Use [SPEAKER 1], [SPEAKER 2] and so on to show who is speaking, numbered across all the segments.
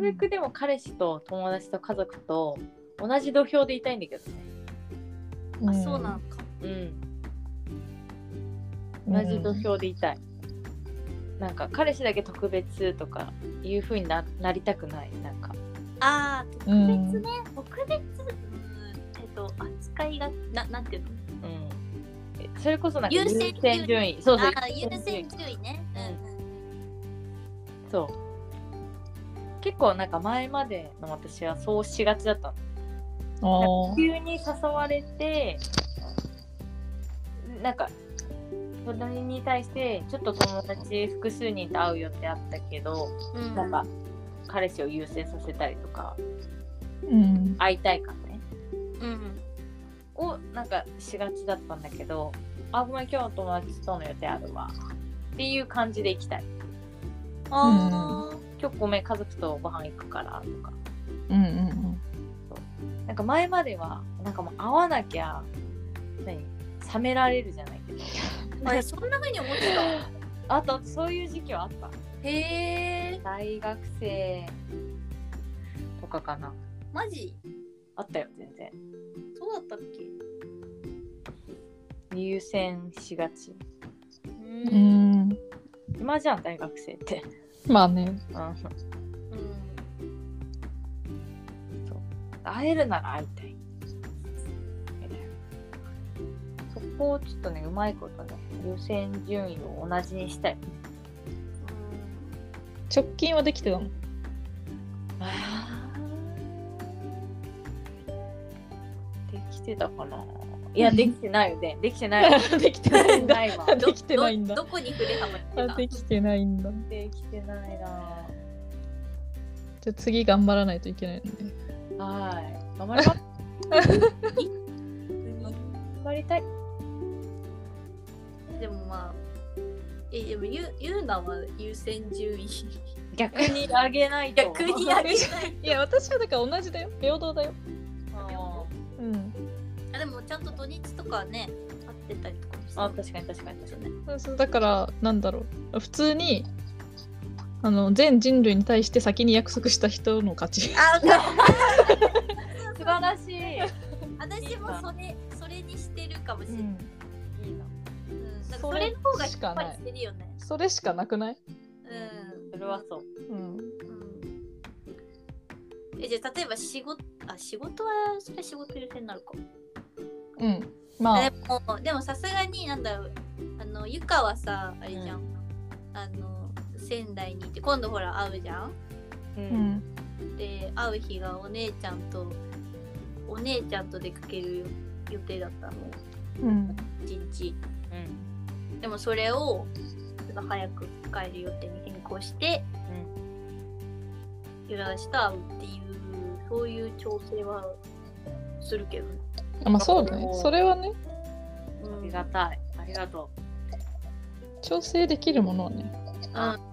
[SPEAKER 1] べくでも彼氏と友達と家族と同じ土俵でいたいんだけどね。
[SPEAKER 2] あそうなのか
[SPEAKER 1] うん。
[SPEAKER 3] うん
[SPEAKER 1] 同じ土俵でいたい。なんか彼氏だけ特別とかいう風にななりたくない。なんか。
[SPEAKER 2] あー特
[SPEAKER 3] う
[SPEAKER 2] 別
[SPEAKER 3] ん
[SPEAKER 2] ね、特別うんえっと扱いがななんていうの
[SPEAKER 1] うん。えそれこそなんか優
[SPEAKER 2] 優先
[SPEAKER 1] 先順位。そうそう。
[SPEAKER 2] あー優先順位ね
[SPEAKER 1] そう。結構なんか前までの私はそうしがちだったの
[SPEAKER 3] あー
[SPEAKER 1] 急に誘われてなんかそれに対してちょっと友達複数人と会う予定あったけど、
[SPEAKER 2] うんうん
[SPEAKER 1] なんか彼氏を優先させたりとか
[SPEAKER 3] うん
[SPEAKER 1] 会いたい感ね
[SPEAKER 2] うん
[SPEAKER 1] をなんかしがちだったんだけどあごめん今日友達との予定あるわっていう感じで行きたい
[SPEAKER 2] あー
[SPEAKER 1] 今日ごめん家族とご飯行くからとか
[SPEAKER 3] うんうん
[SPEAKER 1] なんか前まではなんかもう会わなきゃ何冷められるじゃないけど
[SPEAKER 2] あれそんな風に思ってた
[SPEAKER 1] あとそういう時期はあった
[SPEAKER 2] へえ
[SPEAKER 1] 大学生とかかな
[SPEAKER 2] マジ
[SPEAKER 1] あったよ全然
[SPEAKER 2] そうだったっけ
[SPEAKER 1] 優先しがち
[SPEAKER 2] う
[SPEAKER 3] うん
[SPEAKER 2] う
[SPEAKER 3] ん
[SPEAKER 2] ん
[SPEAKER 3] うん
[SPEAKER 1] 今じゃん大学生って
[SPEAKER 3] まあね
[SPEAKER 1] うん会えるなら会いたいみたいなそこをちょっとねうまいことね優先順位を同じにしたい
[SPEAKER 3] 直近はできてたの
[SPEAKER 1] できてたかないやできてないよ ねできてないわ
[SPEAKER 3] できて
[SPEAKER 1] で
[SPEAKER 3] な
[SPEAKER 1] き
[SPEAKER 3] い
[SPEAKER 1] て
[SPEAKER 3] んだ
[SPEAKER 1] ないわ
[SPEAKER 3] できてないんだ
[SPEAKER 2] どどこに触れたま
[SPEAKER 3] あできてないんだ
[SPEAKER 1] できてないな
[SPEAKER 3] じゃあ次頑張らないといけないのね
[SPEAKER 1] はい頑張ります頑張りたい
[SPEAKER 2] でもまあえでもゆゆうなは優先順位
[SPEAKER 1] 逆にあげないと
[SPEAKER 2] 逆にあげ
[SPEAKER 3] い
[SPEAKER 2] ない
[SPEAKER 3] や私はだから同じだよ平等だよ
[SPEAKER 1] あ
[SPEAKER 3] うん
[SPEAKER 2] あでもちゃんと土日とかね会ってたりとかもして
[SPEAKER 1] ーあ確かに確かに確かに
[SPEAKER 3] そうそうだからなんだろう普通にあの全人類に対して先に約束した人の勝ち
[SPEAKER 2] あわかる
[SPEAKER 1] 素晴らしい
[SPEAKER 2] 私もそれそれにしてるかもしれない、
[SPEAKER 1] いいな
[SPEAKER 2] うんなんか
[SPEAKER 3] そ
[SPEAKER 2] そ
[SPEAKER 3] れ
[SPEAKER 2] れの方が
[SPEAKER 3] し
[SPEAKER 2] 引
[SPEAKER 3] か
[SPEAKER 2] っ
[SPEAKER 3] な
[SPEAKER 2] 張
[SPEAKER 3] い
[SPEAKER 2] りしてるよね
[SPEAKER 3] それしかなくない
[SPEAKER 1] それはそう
[SPEAKER 3] うん
[SPEAKER 2] うん、うん、えじゃあ例えば仕事あ仕事はそれは仕事優先になるか
[SPEAKER 3] うんまあ
[SPEAKER 2] でもでもさすがになんだろうあのゆかはさあれじゃん、あの仙台に行って今度ほら会うじゃん
[SPEAKER 1] う
[SPEAKER 3] うんん
[SPEAKER 2] で会う日がお姉ちゃんとお姉ちゃんと出かける予定だったの
[SPEAKER 3] うん
[SPEAKER 2] 一日
[SPEAKER 1] うん
[SPEAKER 2] でもそれをちょっと早く帰る予定に変更してゆらしと会うっていうそういう調整はするけど、
[SPEAKER 3] あまあそうだねそれはね
[SPEAKER 2] う
[SPEAKER 1] あ
[SPEAKER 2] ん
[SPEAKER 1] りがたいありがと
[SPEAKER 3] 調整できるものはね
[SPEAKER 2] なんか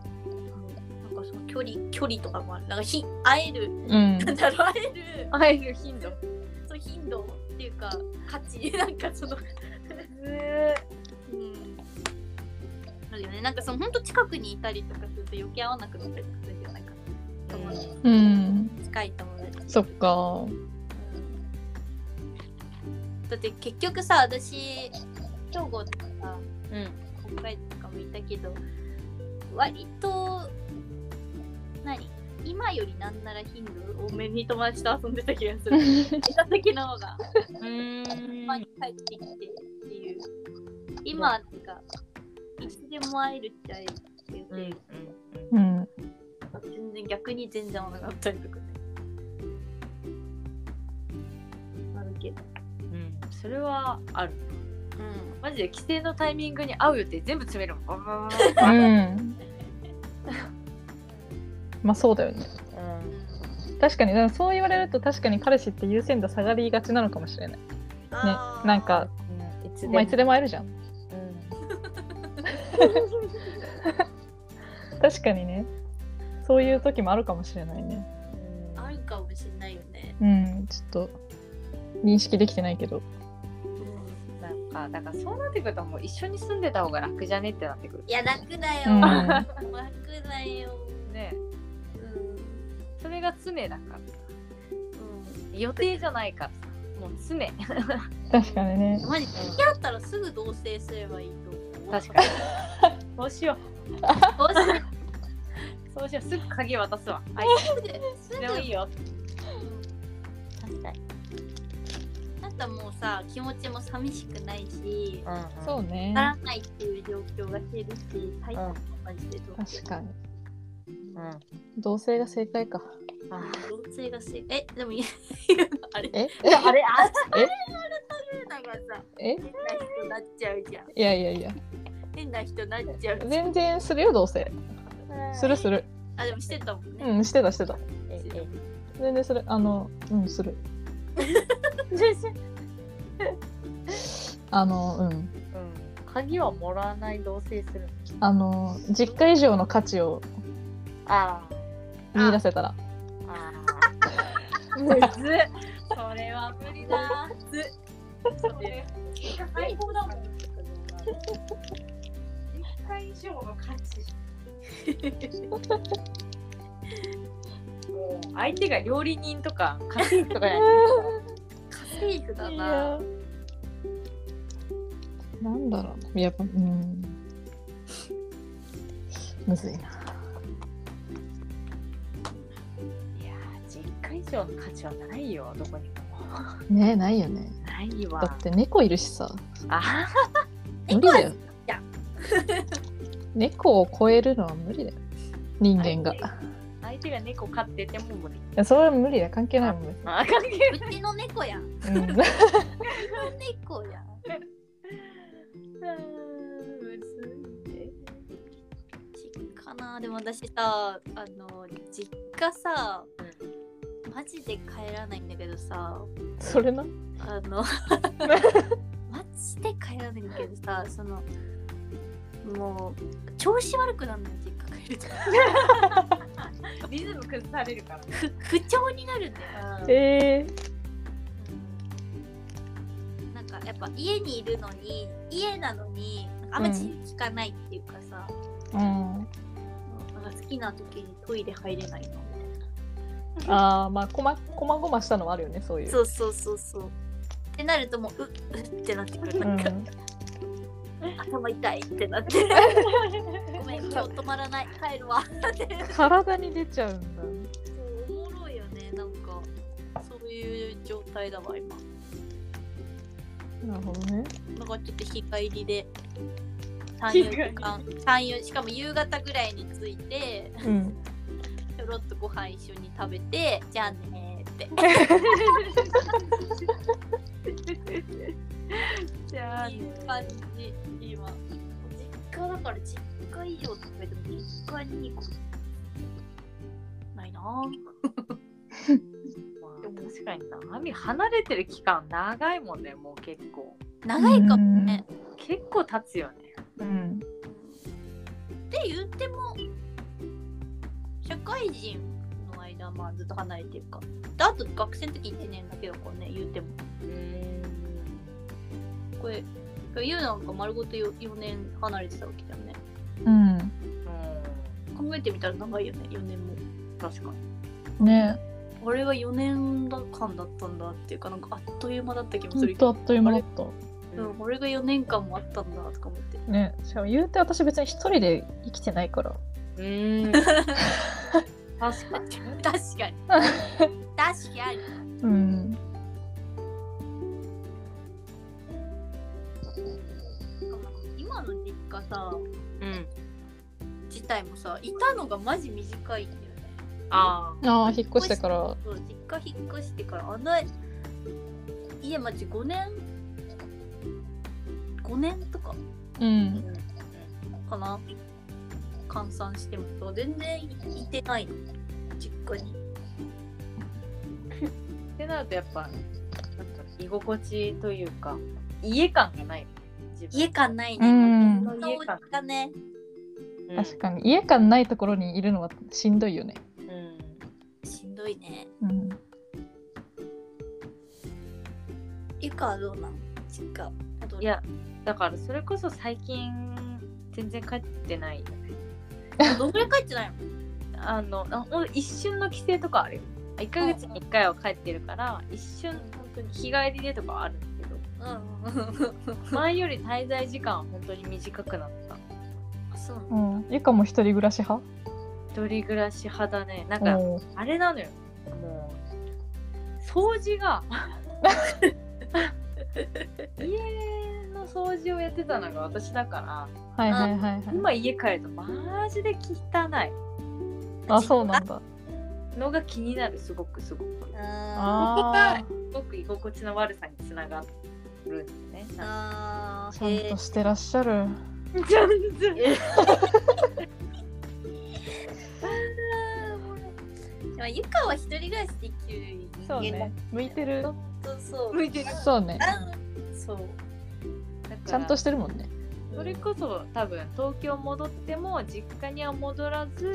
[SPEAKER 2] その距離距離とかもあるなんかひ会え
[SPEAKER 3] う
[SPEAKER 2] る
[SPEAKER 3] ん
[SPEAKER 2] なんだろう会える
[SPEAKER 1] う会える頻度
[SPEAKER 2] そう頻度っていうか価値なんかそのうんあるよねなんかそのほんと近くにいたりとかすると余計会わなくなったりするんじゃないかな友達
[SPEAKER 3] うん
[SPEAKER 2] 近い友達
[SPEAKER 3] そっか
[SPEAKER 2] うんだって結局さ私兵庫とかさ
[SPEAKER 1] うん
[SPEAKER 2] 北海道とかもいたけど割と何今よりなんなら頻度多めに友達と遊んでた気が するいた時の方が
[SPEAKER 1] うん
[SPEAKER 2] まに帰ってきてっていう今はなんかいつでも会えるっちゃ会えるっていう
[SPEAKER 1] うんうん
[SPEAKER 2] け
[SPEAKER 3] うん
[SPEAKER 2] ど、全然逆に全然会わなかったりとかねあるけど
[SPEAKER 1] うんそれはある
[SPEAKER 2] うん
[SPEAKER 1] マジで帰省のタイミングに会う予定全部詰めるもんバババ
[SPEAKER 3] う
[SPEAKER 1] ババ
[SPEAKER 3] んまあそうだよね
[SPEAKER 1] うん
[SPEAKER 3] 確かにでもそう言われると確かに彼氏って優先度下がりがちなのかもしれないねなんか、
[SPEAKER 1] うんいつで
[SPEAKER 3] まあ、
[SPEAKER 1] も
[SPEAKER 3] いつでも会えるじゃん
[SPEAKER 1] うん
[SPEAKER 3] 確かにねそういう時もあるかもしれないね
[SPEAKER 1] うん
[SPEAKER 2] あるかもしれないよね。
[SPEAKER 3] うんちょっと認識できてないけど
[SPEAKER 1] なんかだからそうなってくるともう一緒に住んでた方が楽じゃねってなってくる
[SPEAKER 2] いや楽だよ。
[SPEAKER 3] うん
[SPEAKER 2] 楽だよ。
[SPEAKER 1] ね
[SPEAKER 2] うん
[SPEAKER 1] それが常だから
[SPEAKER 2] う
[SPEAKER 1] 予定じゃないからさもう常
[SPEAKER 3] 確かにね
[SPEAKER 2] ん。マジ付き合ったらすぐ同棲すればいいと思う。
[SPEAKER 1] 確 かにそうしよ
[SPEAKER 2] 同棲
[SPEAKER 1] うそうしようすぐ鍵渡すわはい
[SPEAKER 2] すぐ
[SPEAKER 1] でもいいよ
[SPEAKER 2] 確かにあともうさ気持ちも寂しくないし
[SPEAKER 1] うん、うん、
[SPEAKER 3] そうね
[SPEAKER 2] わからないっていう状況が減るし最高の感じでどう
[SPEAKER 3] 確かに
[SPEAKER 1] うんあ
[SPEAKER 3] 同性が正解か
[SPEAKER 2] 同棲がせえでもいあれ
[SPEAKER 3] え
[SPEAKER 1] あれあ
[SPEAKER 2] なんかさ
[SPEAKER 3] え
[SPEAKER 2] 変な人なっちゃうじゃん
[SPEAKER 3] いやいやいや
[SPEAKER 2] 変な人なっちゃうじゃん
[SPEAKER 3] 全然するよ同性するする
[SPEAKER 2] あでもしてたもんね、
[SPEAKER 3] うんしてたしてた
[SPEAKER 1] ええ
[SPEAKER 3] 全然するあのうんするあのうん
[SPEAKER 1] うん鍵はもらわない同棲する
[SPEAKER 3] あの実家以上の価値を
[SPEAKER 1] あ
[SPEAKER 3] 見出せたら
[SPEAKER 1] ーあ
[SPEAKER 2] むずっそれは無理だむずっそれ最高だもん
[SPEAKER 1] 1回以上の価値 もう相手が料理人とか家政婦とか や
[SPEAKER 2] セーフだ
[SPEAKER 3] い
[SPEAKER 2] な
[SPEAKER 3] やなんだろうやっぱうんむずいな
[SPEAKER 1] ないやー10回以上の価値はないよどこにも
[SPEAKER 3] ねえないよね
[SPEAKER 1] ないわ
[SPEAKER 3] だって猫いるしさ
[SPEAKER 1] あ
[SPEAKER 3] 無理だよ
[SPEAKER 2] いや
[SPEAKER 3] 猫を超えるのは無理だよ人間がい
[SPEAKER 1] 相 相手が猫飼ってても無理
[SPEAKER 3] やそれは無理だよ関係ないもんね、
[SPEAKER 1] あ関係
[SPEAKER 2] うちの猫やんう
[SPEAKER 3] うん、
[SPEAKER 2] ちの猫やん
[SPEAKER 1] ないむずいね
[SPEAKER 2] 実家なでも私さあの実家さマジで帰らないんだけどさ
[SPEAKER 3] それな
[SPEAKER 2] あのマジで帰らないんだけどさそのもう調子悪くなるのよ実家帰ると
[SPEAKER 1] リズム崩されるから
[SPEAKER 2] 不不調になるんだよ、
[SPEAKER 3] え
[SPEAKER 2] なんかやっぱ家にいるのに家なのにあんま自由聞かないっていうかさ、
[SPEAKER 3] ー、うん
[SPEAKER 2] なんか好きな時にトイレ入れないのみたいな
[SPEAKER 3] ああまあこまこまごましたのはあるよねそういう
[SPEAKER 2] そうそうそうそうってなるともうううってなってくる
[SPEAKER 3] う
[SPEAKER 2] なん
[SPEAKER 3] ん
[SPEAKER 2] か、頭痛いってなって ごめん今日止まらない帰るわ
[SPEAKER 3] 体に出ちゃうんだ
[SPEAKER 2] おもろいよねなんかそういう状態だわ今
[SPEAKER 3] なるほどね
[SPEAKER 2] なんかちょっと日帰りで
[SPEAKER 1] 日帰
[SPEAKER 2] 34
[SPEAKER 1] り
[SPEAKER 2] 時間34しかも夕方ぐらいに着いて
[SPEAKER 3] うん
[SPEAKER 2] ちょろっとご飯一緒に食べてじゃあねーって
[SPEAKER 1] じゃあ
[SPEAKER 2] いい感じ今実家だから実家以上とか言っても実家に行くないなぁ
[SPEAKER 1] まあ確かにな波離れてる期間長いもんねもう結構
[SPEAKER 2] 長いかもね
[SPEAKER 1] 結構経つよね
[SPEAKER 3] うん
[SPEAKER 2] って言っても社会人の間まあずっと離れてるかであと学生の時1年だけだからね言ってもこれ言うなんか丸ごとよ4年離れてたわけだよね
[SPEAKER 3] うん
[SPEAKER 1] う
[SPEAKER 2] 考えてみたら長いよね4年も
[SPEAKER 1] ん確かに
[SPEAKER 3] ね
[SPEAKER 2] 俺は4年間だったんだっていうかなんかあっという間だった気も
[SPEAKER 3] ほ
[SPEAKER 2] する
[SPEAKER 3] ん
[SPEAKER 2] けど
[SPEAKER 3] とあっという間だった
[SPEAKER 2] うん、俺が4年間もあったんだとか思って
[SPEAKER 3] ねしかも言うて私別に一人で生きてないから
[SPEAKER 1] うん 確かに
[SPEAKER 2] 確かに確かに
[SPEAKER 3] うん
[SPEAKER 2] 今の実家さ
[SPEAKER 1] うん
[SPEAKER 2] 自体もさいたのがマジ短いんだよね
[SPEAKER 1] あ
[SPEAKER 3] ああ引っ越してから
[SPEAKER 2] そう実家引っ越してからあの家マジ5年5年とか
[SPEAKER 3] うん
[SPEAKER 2] かな換算してもそう全然いてないの実家に
[SPEAKER 1] あってなるとやっぱなんか居心地というか家感がないよね自分
[SPEAKER 2] 家感ないね、
[SPEAKER 3] うん
[SPEAKER 2] こんなお家がね
[SPEAKER 1] うん
[SPEAKER 3] 確かに家感ないところにいるのはしんどいよね
[SPEAKER 1] うん
[SPEAKER 2] しんどいね
[SPEAKER 3] うん
[SPEAKER 2] ゆかはどうなの実家戻る
[SPEAKER 1] いやだからそれこそ最近全然帰ってないよね
[SPEAKER 2] どんぐらい帰ってないの
[SPEAKER 1] あのあほん一瞬の帰省とかあるよ1ヶ月に1回は帰ってるから一瞬本当に日帰りでとかはあるんだけど
[SPEAKER 2] うん。
[SPEAKER 1] 前より滞在時間は本当に短くなった
[SPEAKER 2] そうなんだ。
[SPEAKER 3] うん、ゆかも一人暮らし派
[SPEAKER 1] 一人暮らし派だねなんか
[SPEAKER 3] おー
[SPEAKER 1] あれなのよもう掃除が家の掃除をやってたのが私だから
[SPEAKER 3] はいはいはいはい。
[SPEAKER 1] 今家帰るとマジで汚
[SPEAKER 3] あ、そうなんだ。
[SPEAKER 1] いのが気になるすごくすごく
[SPEAKER 2] あ
[SPEAKER 3] あ
[SPEAKER 1] すごく居心地の悪さにつながるんですね
[SPEAKER 2] ーあ
[SPEAKER 3] あ、
[SPEAKER 2] ー。
[SPEAKER 3] ちゃん
[SPEAKER 2] へ
[SPEAKER 3] としてらっしゃる。
[SPEAKER 1] 全然
[SPEAKER 2] ーまあゆかは一人暮らしできる人
[SPEAKER 3] そう
[SPEAKER 2] 間だ
[SPEAKER 3] ね。向いてる。
[SPEAKER 2] とそう。
[SPEAKER 1] 向いてる
[SPEAKER 3] そうね。
[SPEAKER 2] そう。
[SPEAKER 3] ちゃんとしてるもんね。
[SPEAKER 1] それこそ多分東京戻っても実家には戻らず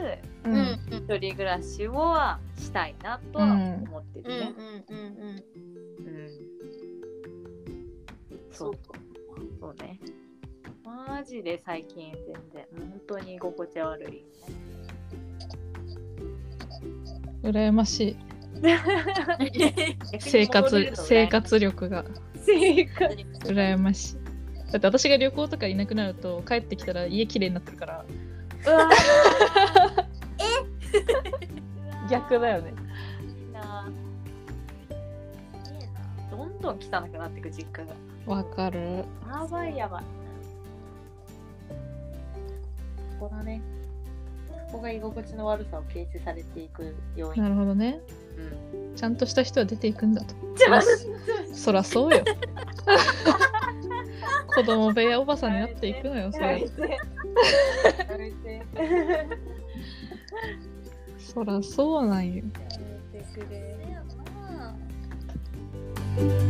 [SPEAKER 3] う
[SPEAKER 2] うん。うん
[SPEAKER 3] ん。
[SPEAKER 1] 一人暮らしをはしたいなとは思って
[SPEAKER 2] うんう
[SPEAKER 1] るね。
[SPEAKER 2] んうんうん。
[SPEAKER 1] うん
[SPEAKER 2] そ
[SPEAKER 1] そううそうね。マジで最近全然本当に居心地悪 い。
[SPEAKER 3] 羨ましい。
[SPEAKER 2] か。
[SPEAKER 3] 生
[SPEAKER 1] 逆に戻れ
[SPEAKER 3] 活
[SPEAKER 1] る、とね
[SPEAKER 3] 生。活力が
[SPEAKER 1] 生活。
[SPEAKER 3] 羨ましい。だって私が旅行とかいなくなると帰ってきたら家綺麗になってるから
[SPEAKER 1] うわ
[SPEAKER 3] 逆だよね。
[SPEAKER 1] いいな。どんどん汚くなってく実家が。
[SPEAKER 3] わかる。
[SPEAKER 1] やばいやばい。ここだね。ここが居心地の悪さを形成されていく要因。
[SPEAKER 3] なるほどね。
[SPEAKER 1] うん
[SPEAKER 3] ちゃんとした人は出ていくんだと。
[SPEAKER 1] ちゃん
[SPEAKER 3] そらそうよ。 子供部屋おばさんになっていくのよ、そ
[SPEAKER 1] やめ
[SPEAKER 3] れ
[SPEAKER 1] て。や めて。や
[SPEAKER 3] そらそうなんよ。
[SPEAKER 1] めてくれ。
[SPEAKER 2] だよな